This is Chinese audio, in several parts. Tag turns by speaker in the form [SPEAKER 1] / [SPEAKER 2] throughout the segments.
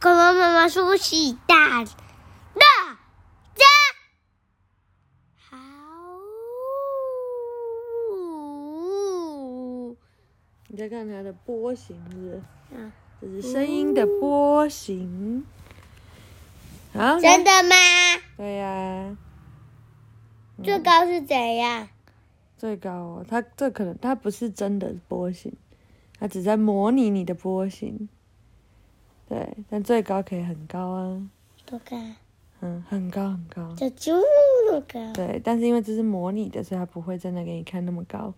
[SPEAKER 1] 说苏西大大家好，
[SPEAKER 2] 你在看它的波形是不是？
[SPEAKER 1] 嗯
[SPEAKER 2] 这是声音的波形。好，
[SPEAKER 1] 真
[SPEAKER 2] 的？
[SPEAKER 1] 的吗？
[SPEAKER 2] 对呀、
[SPEAKER 1] 最高是怎样？
[SPEAKER 2] 最高哦，它这可能它不是真的波形，它只在模拟你的波形。对，但最高可以很高啊，
[SPEAKER 1] 多高？
[SPEAKER 2] 嗯，很高很高。
[SPEAKER 1] 这就高。
[SPEAKER 2] 对，但是因为这是模拟的，所以它不会真的给你看那么高。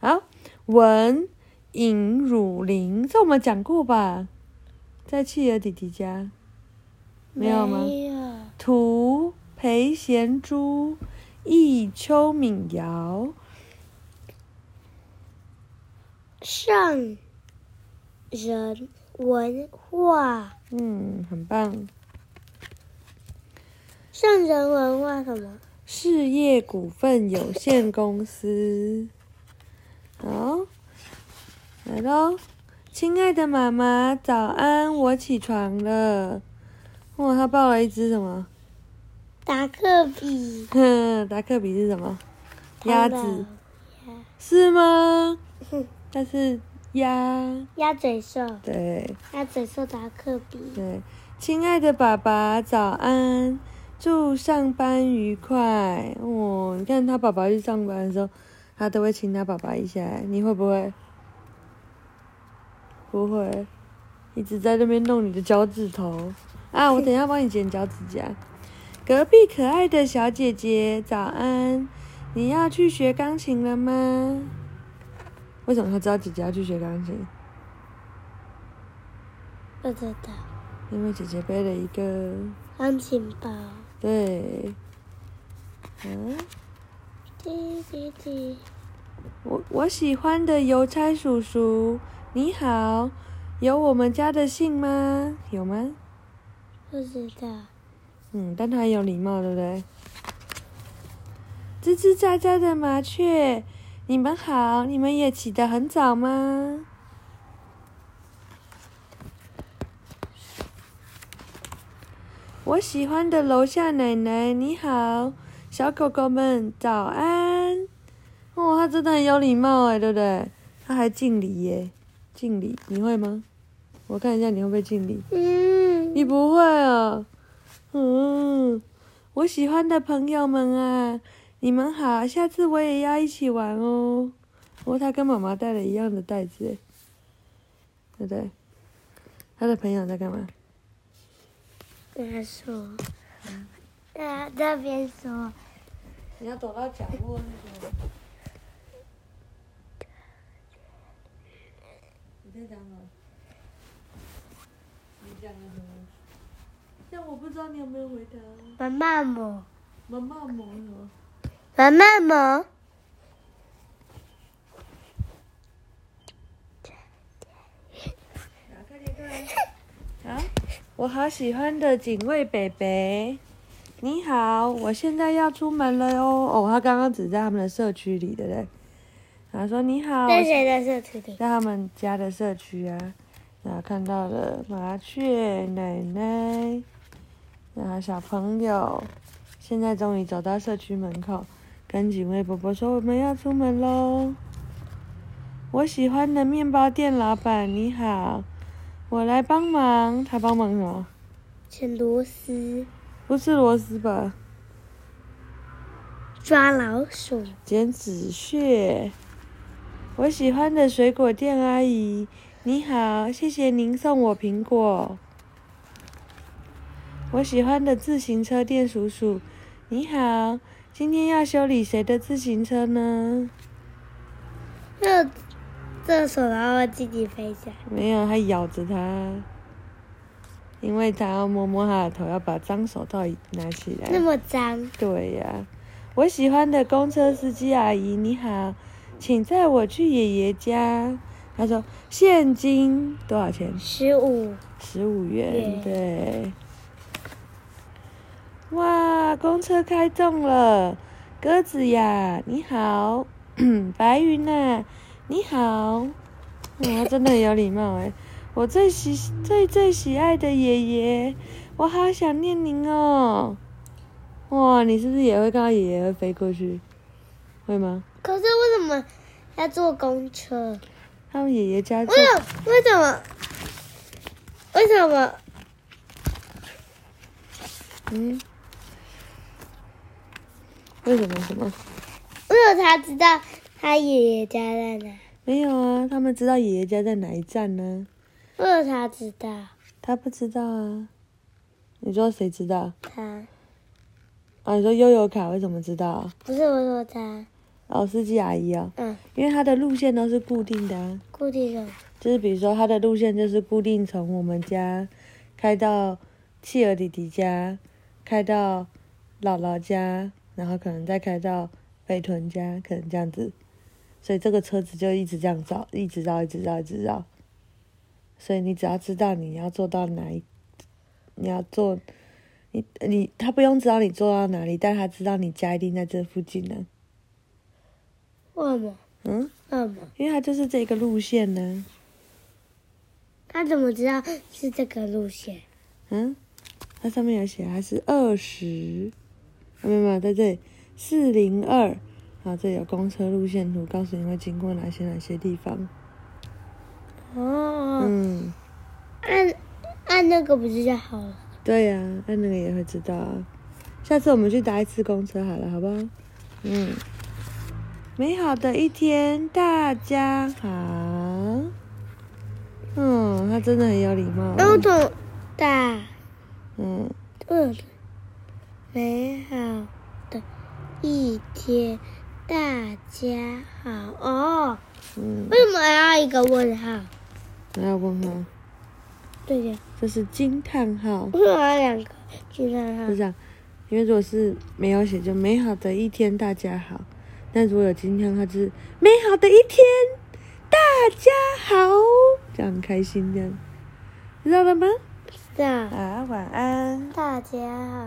[SPEAKER 2] 好，文引乳灵，这我们讲过吧？在企鹅弟弟家，没有吗？
[SPEAKER 1] 没有。
[SPEAKER 2] 图裴贤珠，忆邱敏瑶，
[SPEAKER 1] 上人文化，
[SPEAKER 2] 嗯，很棒。
[SPEAKER 1] 上人文化什么？
[SPEAKER 2] 事业股份有限公司。好，来喽，亲爱的妈妈，早安，我起床了。哇，他抱了一只什么？
[SPEAKER 1] 达克比
[SPEAKER 2] 哼，达克比是什么？鸭子
[SPEAKER 1] 他
[SPEAKER 2] 是吗？
[SPEAKER 1] 们
[SPEAKER 2] 它是鸭。
[SPEAKER 1] 鸭嘴兽，
[SPEAKER 2] 对
[SPEAKER 1] 鸭嘴兽达克比，
[SPEAKER 2] 对，亲爱的爸爸，早安，祝上班愉快。哦，你看他爸爸去上班的时候，他都会亲他爸爸一下，你会不会？不会，一直在那边弄你的脚趾头啊！我等一下帮你剪脚趾甲。隔壁可爱的小姐姐，早安！你要去学钢琴了吗？为什么他知道姐姐要去学钢琴？
[SPEAKER 1] 不知道
[SPEAKER 2] 因为姐姐背了一个
[SPEAKER 1] 钢琴包。
[SPEAKER 2] 对，嗯，
[SPEAKER 1] 滴滴滴，
[SPEAKER 2] 我我喜欢的邮差叔叔，你好，有我们家的信吗？有吗？
[SPEAKER 1] 不知道。
[SPEAKER 2] 嗯，但他很有礼貌，对不对？吱吱喳喳的麻雀，你们好，你们也起得很早吗？我喜欢的楼下奶奶，你好，小狗狗们早安。哦，他真的很有礼貌哎，对不对？他还敬礼耶，敬礼，你会吗？我看一下你会不会敬礼。
[SPEAKER 1] 嗯，
[SPEAKER 2] 你不会啊？嗯，我喜欢的朋友们啊，你们好，下次我也要一起玩哦。哦，他跟妈妈带了一样的袋子耶，对不对？他的朋友在干嘛？
[SPEAKER 1] 跟他说，啊，那边说，
[SPEAKER 2] 你要躲到角落那个。你在讲什么？你讲了什么？但我不知道你有没有回
[SPEAKER 1] 妈
[SPEAKER 2] 答。
[SPEAKER 1] 妈某，
[SPEAKER 2] 妈妈萌了。
[SPEAKER 1] 妈妈某，
[SPEAKER 2] 啊，我好喜欢的警卫北北，你好，我现在要出门了哟。哦，他刚刚只在他们的社区里，对不对？他说你好，
[SPEAKER 1] 在
[SPEAKER 2] 我
[SPEAKER 1] 谁的社区里？
[SPEAKER 2] 在他们家的社区啊，然后看到了麻雀奶奶，然后小朋友，现在终于走到社区门口，跟警卫伯伯说我们要出门喽。我喜欢的面包店老板你好，我来帮忙，他帮忙什么？
[SPEAKER 1] 是螺丝
[SPEAKER 2] 不是螺丝吧？
[SPEAKER 1] 抓老鼠，
[SPEAKER 2] 剪纸屑。我喜欢的水果店阿姨，你好，谢谢您送我苹果。我喜欢的自行车店叔叔，你好，今天要修理谁的自行车呢？
[SPEAKER 1] 这这手然后自己飞起来。
[SPEAKER 2] 没有，还咬着它，因为它要摸摸它的头，要把脏手套拿起来。
[SPEAKER 1] 那么脏，
[SPEAKER 2] 对呀、我喜欢的公车司机阿姨，你好，请载我去爷爷家。他说现金多少钱？
[SPEAKER 1] 十五
[SPEAKER 2] 十五
[SPEAKER 1] 对
[SPEAKER 2] 元。对。哇，公车开动了，鸽子呀，你好， 白云呐、你好。哇，真的很有礼貌哎。我最喜最最喜爱的爷爷，我好想念您哦。哇，你是不是也会看到爷爷会飞过去？会吗？
[SPEAKER 1] 可是为什么要坐公车？
[SPEAKER 2] 他们爷爷家住
[SPEAKER 1] 为什么？为什么？为什么？
[SPEAKER 2] 嗯，为什么什么？
[SPEAKER 1] 为什么他知道他爷爷家在哪？
[SPEAKER 2] 没有啊，他们知道爷爷家在哪一站呢？
[SPEAKER 1] 为什么他知道？
[SPEAKER 2] 他不知道啊。你说谁知道
[SPEAKER 1] 他
[SPEAKER 2] 啊？你说悠悠卡为什么知道啊？
[SPEAKER 1] 不是我说他，
[SPEAKER 2] 老司机阿姨啊、
[SPEAKER 1] 嗯，
[SPEAKER 2] 因为它的路线都是固定的、啊，
[SPEAKER 1] 固定的。
[SPEAKER 2] 就是比如说它的路线就是固定从我们家开到契儿弟弟家，开到姥姥家，然后可能再开到北屯家，可能这样子，所以这个车子就一直这样绕，一直绕，一直绕，一直绕。所以你只要知道你要坐到哪一，你要坐，你你他不用知道你坐到哪里，但他知道你家一定在这附近呢、
[SPEAKER 1] 为什么？
[SPEAKER 2] 嗯，
[SPEAKER 1] 为什么？
[SPEAKER 2] 因为它就是这个路线呢、
[SPEAKER 1] 他怎么知道是这个路线？
[SPEAKER 2] 嗯，它上面有写它是二十，啊没有没有，在这里四零二，然后这里有公车路线图，告诉你会经过哪些哪些地方。
[SPEAKER 1] 哦，
[SPEAKER 2] 嗯，
[SPEAKER 1] 按按那个不是就好了？
[SPEAKER 2] 对呀、按那个也会知道啊。下次我们去搭一次公车好了，好不好？嗯，美好的一天，大家好。嗯，他真的很有礼貌
[SPEAKER 1] 那。我怎么打？
[SPEAKER 2] 嗯，
[SPEAKER 1] 饿了，美好的一天，大家好。哦，
[SPEAKER 2] 嗯
[SPEAKER 1] 为什么要一个问号？
[SPEAKER 2] 还有问号，
[SPEAKER 1] 对的，
[SPEAKER 2] 这是惊叹号。
[SPEAKER 1] 为什么要两个惊叹
[SPEAKER 2] 就
[SPEAKER 1] 号？
[SPEAKER 2] 这样，因为如果是没有写，就美好的一天大家好；但如果有今天，它就是美好的一天大家好，这样很开心这样，知道了吗？
[SPEAKER 1] 是啊，
[SPEAKER 2] 啊，晚安。
[SPEAKER 1] 大家好。